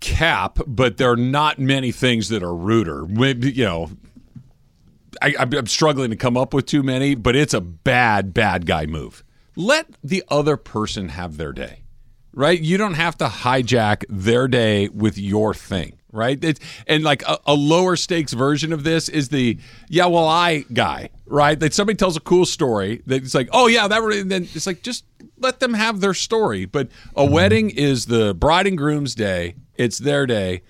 cap, but there are not many things that are ruder. Maybe, you know, I, I'm I'm struggling to come up with too many, but it's a bad, bad guy move. Let the other person have their day, right? You don't have to hijack their day with your thing, right? It's, and like a, a lower stakes version of this is the yeah, well, I guy, right? That somebody tells a cool story that it's like, oh yeah, that really, and then it's like just let them have their story. But a wedding is the bride and groom's day. It's their day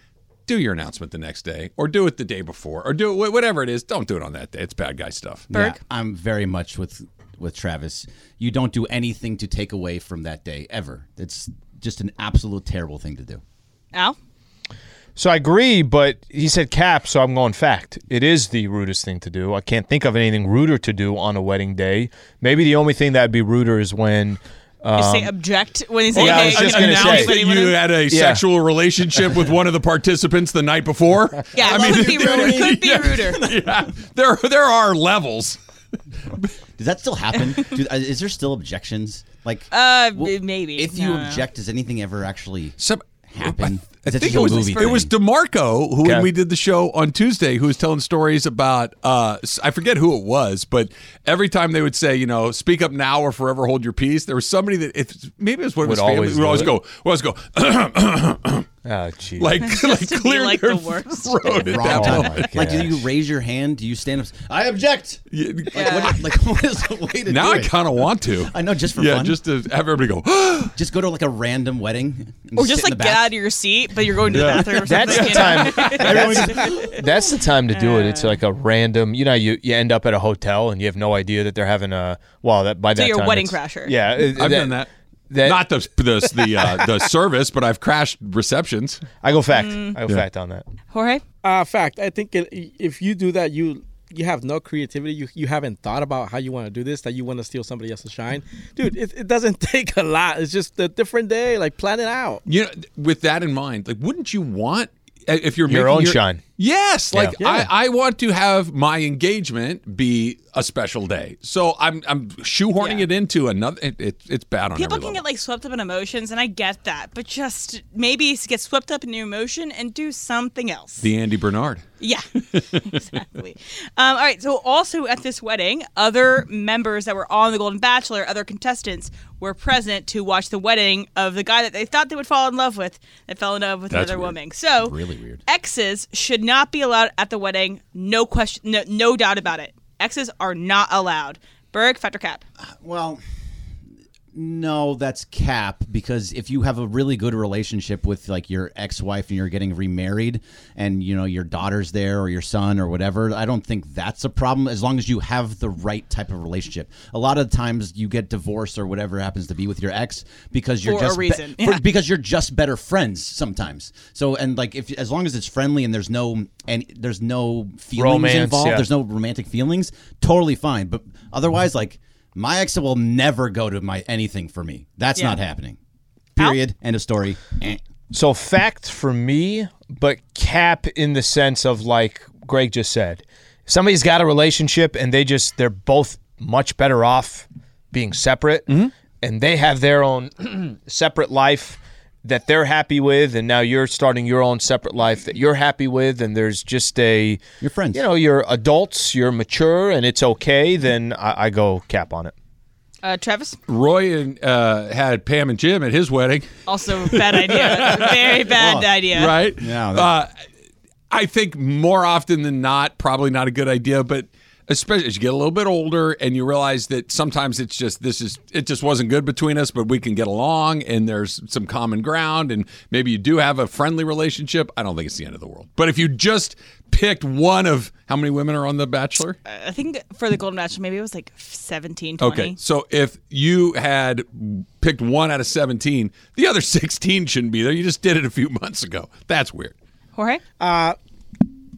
do your announcement the next day or do it the day before or do it wh- whatever it is don't do it on that day it's bad guy stuff Berg? Yeah, I'm very much with with Travis. You don't do anything to take away from that day ever. It's just an absolute terrible thing to do. Al. So I agree, but he said cap, so I'm going fact. It is the rudest thing to do. I can't think of anything ruder to do on a wedding day. Maybe the only thing that'd be ruder is when uh, You say object when you say yeah, I hey, was just you gonna announce say- that that he you went in? had a sexual relationship with one of the participants the night before Yeah, I (laughs) mean, it could be ruder. It could be ruder. yeah, there there are levels Does that still (laughs) happen? do, uh, is there still objections? Like Uh, Well, maybe. if you No, no, no. object, does anything ever actually? Some, Happen. I, I That's think just it a was movie it was thing. Demarco who, Okay. when we did the show on Tuesday, who was telling stories about uh, s- I forget who it was, but every time they would say, you know, speak up now or forever hold your peace. There was somebody that if maybe it was one of Would his family always who would do always it? go, would always go, Oh, geez. (coughs) like like to be clear like their the worst. (laughs) throat at Wrong that time. moment. my (laughs) like, do gosh. you raise your hand? Do you stand up? I object. Yeah. Like, what, like, (laughs) what is the way to Now do I it? kind of want to. I know, just for yeah, fun. just to have everybody go. (gasps) Just go to like a random wedding. and Or sit just in the like back. get out of your seat, but you're going to the bathroom or something. That's the you know? time. (laughs) That's, that's the time to do it. It's like a random. You know, you, you end up at a hotel and you have no idea that they're having a. Well, that by that you're a time, wedding it's- crasher. Yeah, I've done that. That Not the the the, uh, (laughs) the service, but I've crashed receptions. I go fact. Mm. I go fact on that. (laughs) Jorge? Uh, fact. I think it, if you do that, you you have no creativity. You you haven't thought about how you want to do this. That you want to steal somebody else's shine, dude. It, it doesn't (laughs) take a lot. It's just a different day. Like plan it out. You know, with that in mind, like, wouldn't you want uh, if you're Your making own shine. Yes, like Yeah. Yeah. I, I want to have my engagement be a special day, so I'm I'm shoehorning Yeah. it into another. It, it, it's bad on People every level. can get like swept up in emotions, and I get that, but just maybe get swept up in your emotion and do something else. the Andy Bernard. yeah, (laughs) exactly. Um, all right. So also at this wedding, other members that were on the Golden Bachelor, other contestants, were present to watch the wedding of the guy that they thought they would fall in love with, that fell in love with That's another weird. woman. So Really weird. Exes should not be allowed at the wedding. No question. No, no doubt about it. Exes are not allowed. Berg, factor cap. Well, no, that's cap because if you have a really good relationship with like your ex-wife and you're getting remarried and you know your daughter's there or your son or whatever, I don't think that's a problem as long as you have the right type of relationship. A lot of times you get divorced or whatever happens to be with your ex because you're For a just be- reason. for- because you're just better friends sometimes. So and like if as long as it's friendly and there's no and there's no feelings Romance, involved, yeah. there's no romantic feelings, totally fine. But otherwise, like my ex will never go to my anything for me. That's not happening. Period. End of story. Eh. So fact for me, but cap in the sense of like Greg just said, somebody's got a relationship and they just they're both much better off being separate, and they have their own (clears throat) separate life that they're happy with, and now you're starting your own separate life that you're happy with, and there's just a You're friends. you know you're adults, you're mature, and it's okay. Then I, I go cap on it. Uh, Travis, Roy and, uh, had Pam and Jim at his wedding, also bad idea. (laughs) Very bad idea. right? Yeah, that- Uh, I think more often than not, probably not a good idea, but especially as you get a little bit older and you realize that sometimes it's just this is it just wasn't good between us, but we can get along and there's some common ground and maybe you do have a friendly relationship. I don't think it's the end of the world. But if you just picked one of how many women are on The Bachelor? I think for the golden match, maybe it was like 17, 20. Okay, so if you had picked one out of 17, the other 16 shouldn't be there. You just did it a few months ago. That's weird. Jorge?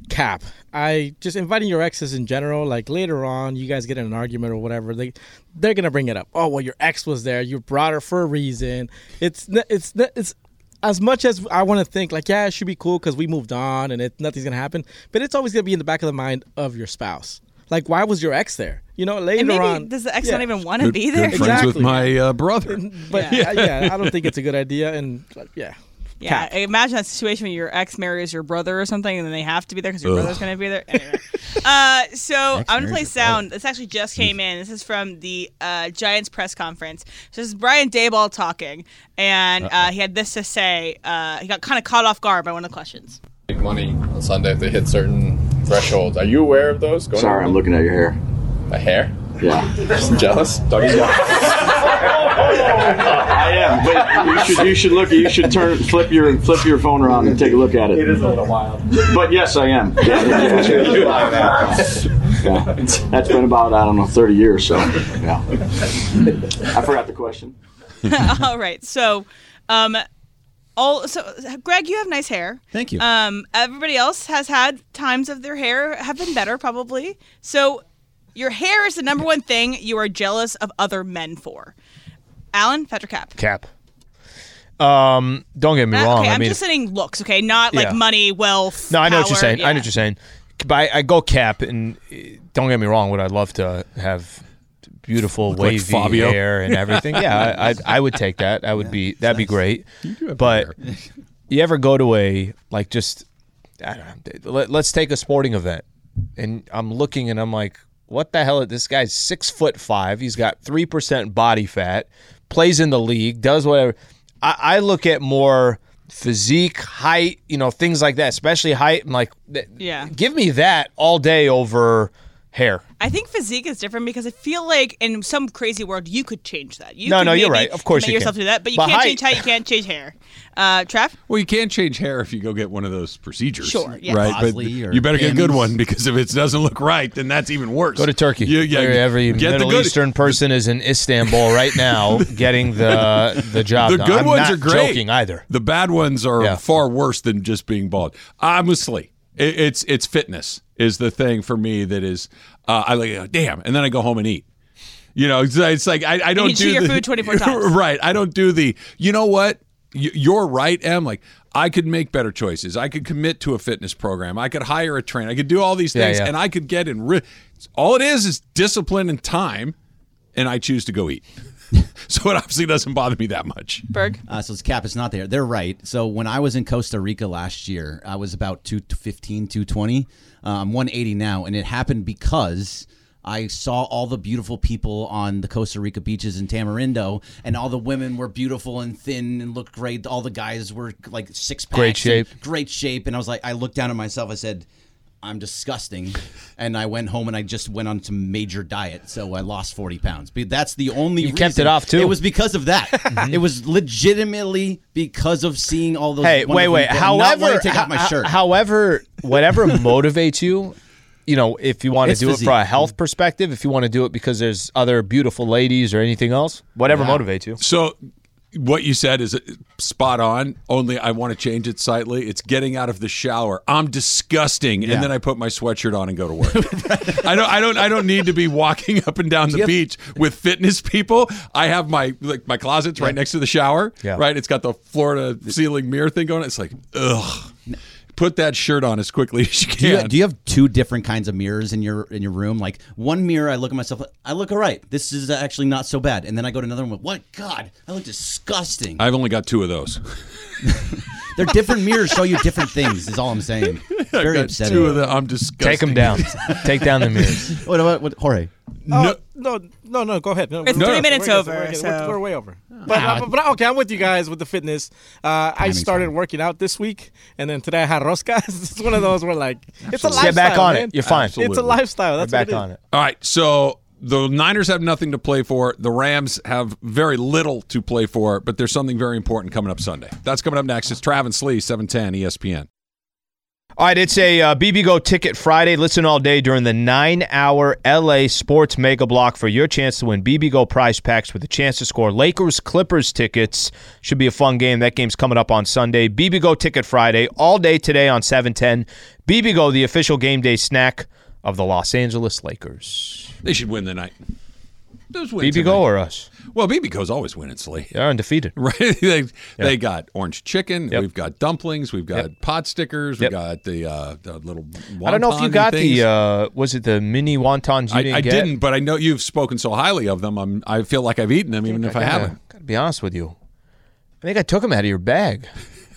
cap. I just inviting your exes in general. Like later on, you guys get in an argument or whatever. They they're gonna bring it up. Oh well, your ex was there. You brought her for a reason. It's n- it's n- it's as much as I want to think like yeah, it should be cool because we moved on and it, nothing's gonna happen. But it's always gonna be in the back of the mind of your spouse. Like why was your ex there? You know later and maybe on. does the ex yeah. not even want to be there? Good friends with Exactly. my uh, brother. But yeah. (laughs) yeah, I don't think it's a good idea. And like, yeah, Yeah, cap. imagine that situation where your ex marries your brother or something, and then they have to be there because your brother's going to be there. Anyway. (laughs) uh, so I'm going to play sound. This actually just came in. This is from the uh, Giants press conference. So this is Brian Dayball talking, and uh, he had this to say. Uh, he got kind of caught off guard by one of the questions. (laughs) big money on Sunday if they hit certain thresholds. Are you aware of those? Going Sorry, I'm looking at your hair. a hair? Yeah, (laughs) Jealous? doggy I am. But you should you should look. You should turn flip your flip your phone around and take a look at it. It is a little wild. But yes, I am. (laughs) Yeah, yeah, yeah. (laughs) Yeah. That's been about I don't know 30 years. So yeah, I forgot the question. All right, so. Um, all, so, Greg, you have nice hair. Thank you. Um, everybody else has had times of their hair have been better, probably. So, your hair is the number one thing you are jealous of other men for. Alan, Fetter Cap. Cap. Um, don't get me Uh, wrong. okay, I I'm mean, just saying looks, okay, not like Yeah. money, wealth. No, I know what you're power, saying. yeah. I know what you're saying. But I, I go cap, and eh, don't get me wrong. Would I love to have beautiful like wavy Fabio. hair (laughs) and everything? yeah, I, I, I would take that. I would be that'd be great. But you ever go to a like just I don't know, let, let's take a sporting event, and I'm looking and I'm like, what the hell? This guy's six foot five. He's got three percent body fat. Plays in the league. Does whatever. I, I look at more physique, height, you know, things like that, especially height. I'm like, th- Yeah. give me that all day over hair. I think physique is different because I feel like in some crazy world you could change that. You No, could no, you're maybe right. Of course commit you yourself can. to that, but you But can't height- change height. You can't change hair. Uh, Trav, Well, you can't change hair if you go get one of those procedures, Sure, yes. right? But Bosley or you better get a good Tammy's. one because if it doesn't look right, then that's even worse. Go to Turkey. You- yeah, Where every get the Middle good- Eastern person is in Istanbul right (laughs) now getting the the job. The done. good I'm ones not are great. Joking either. The bad ones are Yeah. far worse than just being bald. Honestly, it, it's it's fitness is the thing for me that is. Uh, I like oh, damn, and then I go home and eat. You know, it's, it's like I, I don't you do chew your the- (laughs) food 24 times. right, I don't do the. You know what? Y- You're right, Em. Like I could make better choices. I could commit to a fitness program. I could hire a trainer. I could do all these Yeah, things, yeah. and I could get in. Ri- all it is is discipline and time, and I choose to go eat. (laughs) so it obviously doesn't bother me that much. Berg, Uh, so it's cap is not there. They're right. So when I was in Costa Rica last year, I was about 215, 220. Um, 180 now. And it happened because I saw all the beautiful people on the Costa Rica beaches in Tamarindo, and all the women were beautiful and thin and looked great. All the guys were like six packs. Great shape. Great shape. And I was like, I looked down at myself. I said, I'm disgusting. And I went home and I just went on some major diet. So I lost 40 pounds. But that's the only You kept it reason. off, too. Mm-hmm. It was because (laughs) of that. It was legitimately because of seeing all those. Hey, wait, wonderful wait. people and not However, wanting to take off my ho- shirt. however, whatever (laughs) motivates you, you know, if you want to It's do physique. it from a health perspective, if you want to do it because there's other beautiful ladies or anything else, whatever motivates you. So what you said is spot on. Only I want to change it slightly. It's getting out of the shower. I'm disgusting, and then I put my sweatshirt on and go to work. (laughs) I don't. I don't. I don't need to be walking up and down the beach with fitness people. I have my like my closet's right next to the shower. Yeah. Right. It's got the floor to ceiling mirror thing going. It's like ugh. Put that shirt on as quickly (laughs) as you do can. you, do you have two different kinds of mirrors in your in your room? Like one mirror, I look at myself. I look all right. This is actually not so bad. And then I go to another one. What God? I look disgusting. I've only got two of those. They're different mirrors. Show you different things. Is all (laughs) I'm saying. It's I've Very got upsetting. Two of the I'm disgusting. Take them down. Take down the (laughs) mirrors. What about what, Jorge? Oh, no, no, no. Go ahead. No, It's we're- three we're- minutes we're- over, We're, we're- so- we're way over. But, uh, but, but okay, I'm with you guys with the fitness. Uh, I started working out this week, and then today I had rosca. (laughs) it's one of those where like it's a lifestyle. Get back on it. man. You're fine. It's a Absolutely. Oh, lifestyle. That's Back what on is. it. All right, so the Niners have nothing to play for. The Rams have very little to play for, but there's something very important coming up Sunday. That's coming up next. It's Travis Lee, E 710 ESPN. All right, it's a uh, BB Go Ticket Friday. Listen all day during the nine-hour LA Sports Mega Block for your chance to win BB Go prize packs with a chance to score Lakers Clippers tickets. Should be a fun game. That game's coming up on Sunday. BB Go Ticket Friday all day today on seven ten. BB Go, the official game day snack of the Los Angeles Lakers. They should win tonight. Those win BB Go or us? tonight. Well, BB Go's always winning, Slee. They're undefeated. (laughs) Right? they, they got orange chicken. Yep. We've got dumplings. We've got pot stickers. Yep. We've got the, uh, the little. I don't know if you wonton got things. the uh, was it the mini wontons you I, didn't I get? didn't, but I know you've spoken so highly of them. I'm, I feel like I've eaten them, even if I gotta- haven't. Gotta be honest with you. I think I took them out of your bag.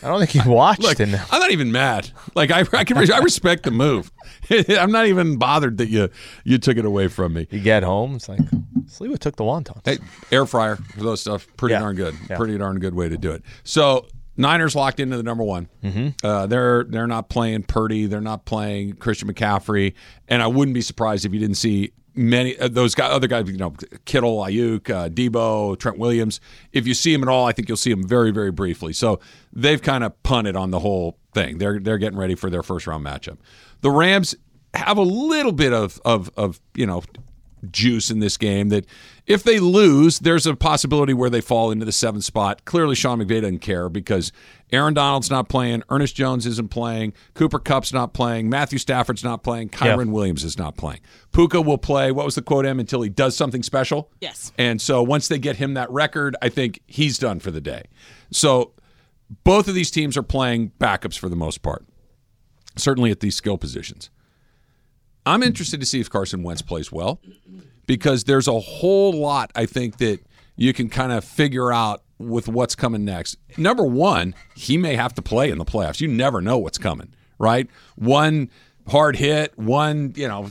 I don't think (laughs) you watched Look, them. I'm not even mad. Like I, I, can, I respect the move. (laughs) I'm not even bothered that you you took it away from me. You get home, it's like Sliwa took the wontons. Hey, air fryer for those stuff, pretty Yeah. darn good. Yeah. Pretty darn good way to do it. So Niners locked into the number one. Mm-hmm. Uh, they're they're not playing Purdy. They're not playing Christian McCaffrey. And I wouldn't be surprised if you didn't see many uh, those guy, other guys. You know, Kittle, Ayuk, uh, Debo, Trent Williams. If you see them at all, I think you'll see them very very briefly. So they've kind of punted on the whole thing. They're they're getting ready for their first round matchup. The Rams have a little bit of of of you know juice in this game that if they lose, there's a possibility where they fall into the seventh spot. Clearly, Sean McVay doesn't care because Aaron Donald's not playing, Ernest Jones isn't playing, Cooper Cup's not playing, Matthew Stafford's not playing, Kyron Williams is not playing. Puka will play, what was the quote, M, until he does something special? Yes. And so once they get him that record, I think he's done for the day. So both of these teams are playing backups for the most part, certainly at these skill positions. I'm interested to see if Carson Wentz plays well because there's a whole lot I think that you can kind of figure out with what's coming next. Number one, he may have to play in the playoffs. You never know what's coming, right? One hard hit, one you know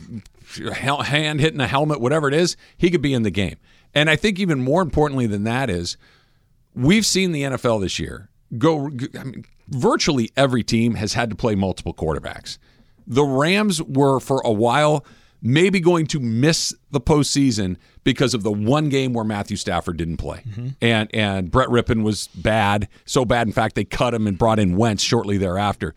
hel- hand hitting a helmet, whatever it is, he could be in the game. And I think even more importantly than that is we've seen the NFL this year go. I mean, virtually every team has had to play multiple quarterbacks. The Rams were for a while maybe going to miss the postseason because of the one game where Matthew Stafford didn't play, and and Brett Rippon was bad, so bad in fact they cut him and brought in Wentz shortly thereafter.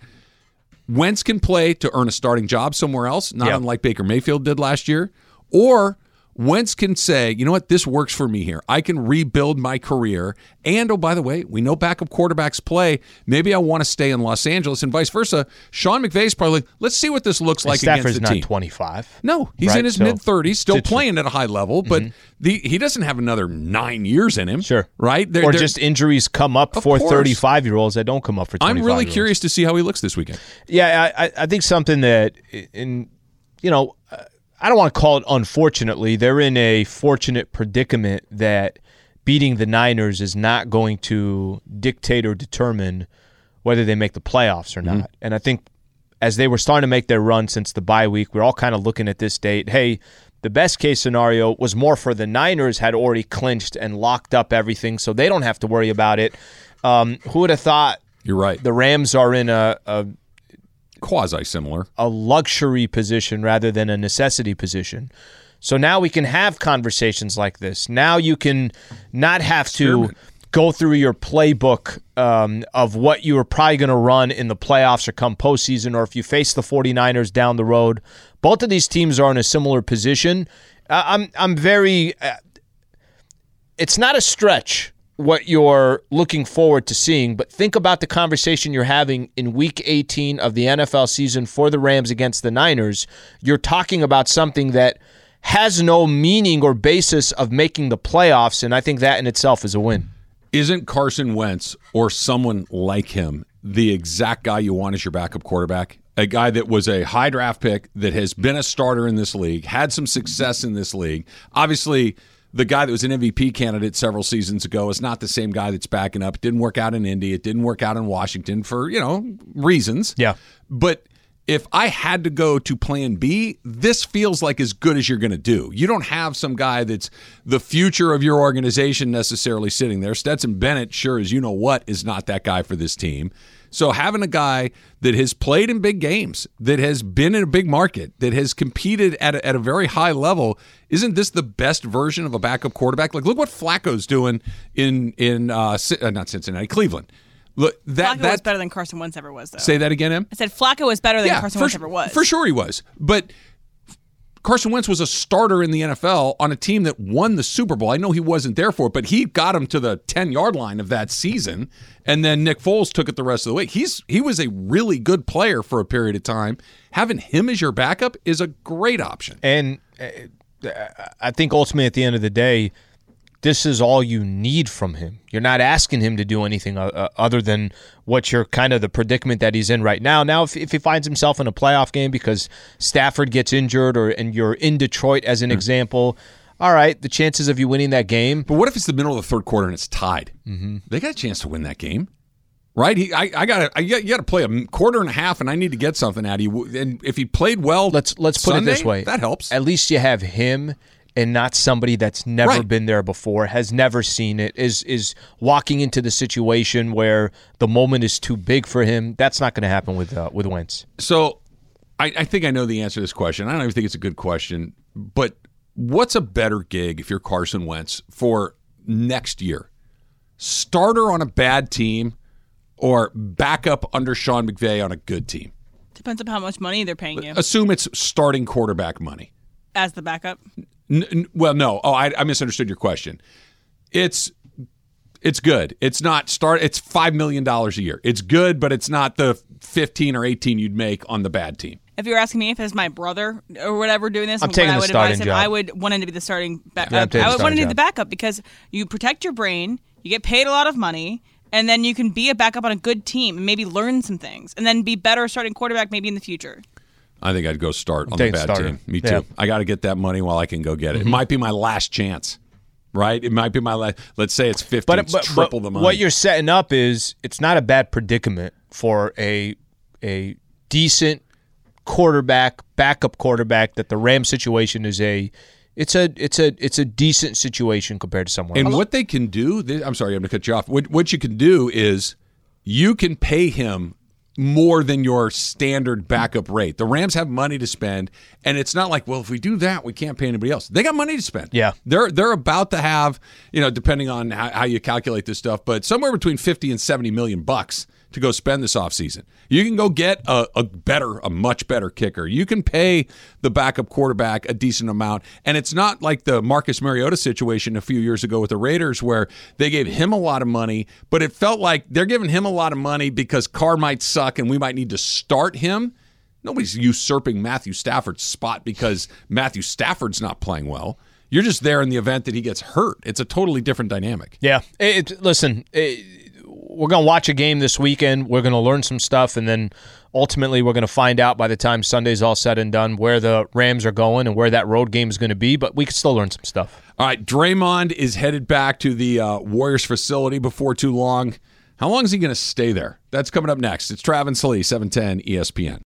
Wentz can play to earn a starting job somewhere else, not Yeah. unlike Baker Mayfield did last year, or Wentz can say, you know what, this works for me here. I can rebuild my career. And oh, by the way, we know backup quarterbacks play. Maybe I want to stay in Los Angeles and vice versa. Sean McVay's probably like, let's see what this looks like Stafford's against the not team. 25. No, he's Right, in his so- mid 30s, still It's- playing at a high level, but the, he doesn't have another nine years in him. Sure. Right? They're- or they're- just injuries come up Of for course. 35 year olds that don't come up for 25 I'm really -year-olds. curious to see how he looks this weekend. Yeah, I, I- I think something that, i- in you know, uh, I don't want to call it unfortunately. They're in a fortunate predicament that beating the Niners is not going to dictate or determine whether they make the playoffs or not. And I think as they were starting to make their run since the bye week, we're all kind of looking at this date. Hey, the best case scenario was more for the Niners had already clinched and locked up everything, so they don't have to worry about it. Um, who would have thought You're right. the Rams are in a, a Quasi similar. a luxury position rather than a necessity position. So now we can have conversations like this. Now you can not have to go through your playbook um, of what you are probably going to run in the playoffs or come postseason, or if you face the 49ers down the road. Both of these teams are in a similar position. Uh, I'm I'm very uh, it's not a stretch what you're looking forward to seeing, but think about the conversation you're having in week 18 of the NFL season for the Rams against the Niners. You're talking about something that has no meaning or basis of making the playoffs, and I think that in itself is a win. isn't Carson Wentz or someone like him the exact guy you want as your backup quarterback? A guy that was a high draft pick that has been a starter in this league, had some success in this league. Obviously, the guy that was an MVP candidate several seasons ago is not the same guy that's backing up. It didn't work out in Indy. It didn't work out in Washington for, you know, reasons. Yeah. But if I had to go to plan B, this feels like as good as you're going to do. You don't have some guy that's the future of your organization necessarily sitting there. Stetson Bennett, sure as you know what, is not that guy for this team. So having a guy that has played in big games, that has been in a big market, that has competed at a, at a very high level, isn't this the best version of a backup quarterback? Like, look what Flacco's doing in in uh, Ci- uh, not Cincinnati, Cleveland. Look, that Flacco that was better than Carson Wentz ever was, though. say that again, Em. I said Flacco was better than Carson for, Wentz ever was. For sure he was. But Carson Wentz was a starter in the NFL on a team that won the Super Bowl. I know he wasn't there for it, but he got him to the 10-yard line of that season. And then Nick Foles took it the rest of the way. He's he was a really good player for a period of time. Having him as your backup is a great option. And uh, I think ultimately at the end of the day, this is all you need from him. You're not asking him to do anything uh, uh, other than what you're kind of the predicament that he's in right now. Now, if, if he finds himself in a playoff game because Stafford gets injured or and you're in Detroit as an example, all right, the chances of you winning that game. But what if it's the middle of the third quarter and it's tied? Mm-hmm. They got a chance to win that game, right? He, I, I got to, you got to play a quarter and a half, and I need to get something out of you. And if he played well, Let's let's put it this Sunday, way. That helps. At least you have him and not somebody that's never Right. been there before, has never seen it, is is walking into the situation where the moment is too big for him. That's not going to happen with uh, with Wentz. So I, I think I know the answer to this question. I don't even think it's a good question, but what's a better gig if you're Carson Wentz for next year? Starter on a bad team or backup under Sean McVay on a good team? Depends on how much money they're paying uh, you Assume it's starting quarterback money. as the backup. N- n- well, no. Oh, I, I misunderstood your question. It's it's good. It's not start. It's five million dollars a year. It's good, but it's not the fifteen or eighteen you'd make on the bad team. If you were asking me if it's my brother or whatever doing this, I'm what taking I the would starting advise him, job. I would want him to be the starting back. Yeah, I'm taking I the would want starting him to be the job. backup because you protect your brain, you get paid a lot of money, and then you can be a backup on a good team and maybe learn some things and then be better starting quarterback maybe in the future. I think I'd go start on the taking bad starter. team. Me too. Yeah. Mm-hmm. I got to get that money while I can go get it. It might be my last chance, right? It might be my last. Let's say it's fifty. But, it's but, triple but the money. what you're setting up is it's not a bad predicament for a a decent quarterback, backup quarterback that the Ram situation is a it's a it's a it's a decent situation compared to someone and else. what they can do, they- I'm sorry, I'm going to cut you off. What, what you can do is you can pay him more than your standard backup rate. The Rams have money to spend, and it's not like, well, if we do that, we can't pay anybody else. They got money to spend. Yeah. they're they're about to have, you know, depending on how, how you calculate this stuff, but somewhere between fifty and seventy million bucks to go spend this offseason. You can go get a, a better, a much better kicker. You can pay the backup quarterback a decent amount. And it's not like the Marcus Mariota situation a few years ago with the Raiders where they gave him a lot of money, but it felt like they're giving him a lot of money because Carr might suck and we might need to start him. Nobody's usurping Matthew Stafford's spot because Matthew Stafford's not playing well. You're just there in the event that he gets hurt. It's a totally different dynamic. Yeah. It, it- listen, it, we're going to watch a game this weekend. We're going to learn some stuff, and then ultimately, we're going to find out by the time Sunday's all said and done where the Rams are going and where that road game is going to be. But we can still learn some stuff. All right, Draymond is headed back to the uh, Warriors facility before too long. How long is he going to stay there? That's coming up next. It's Travis Lee, 710 ESPN.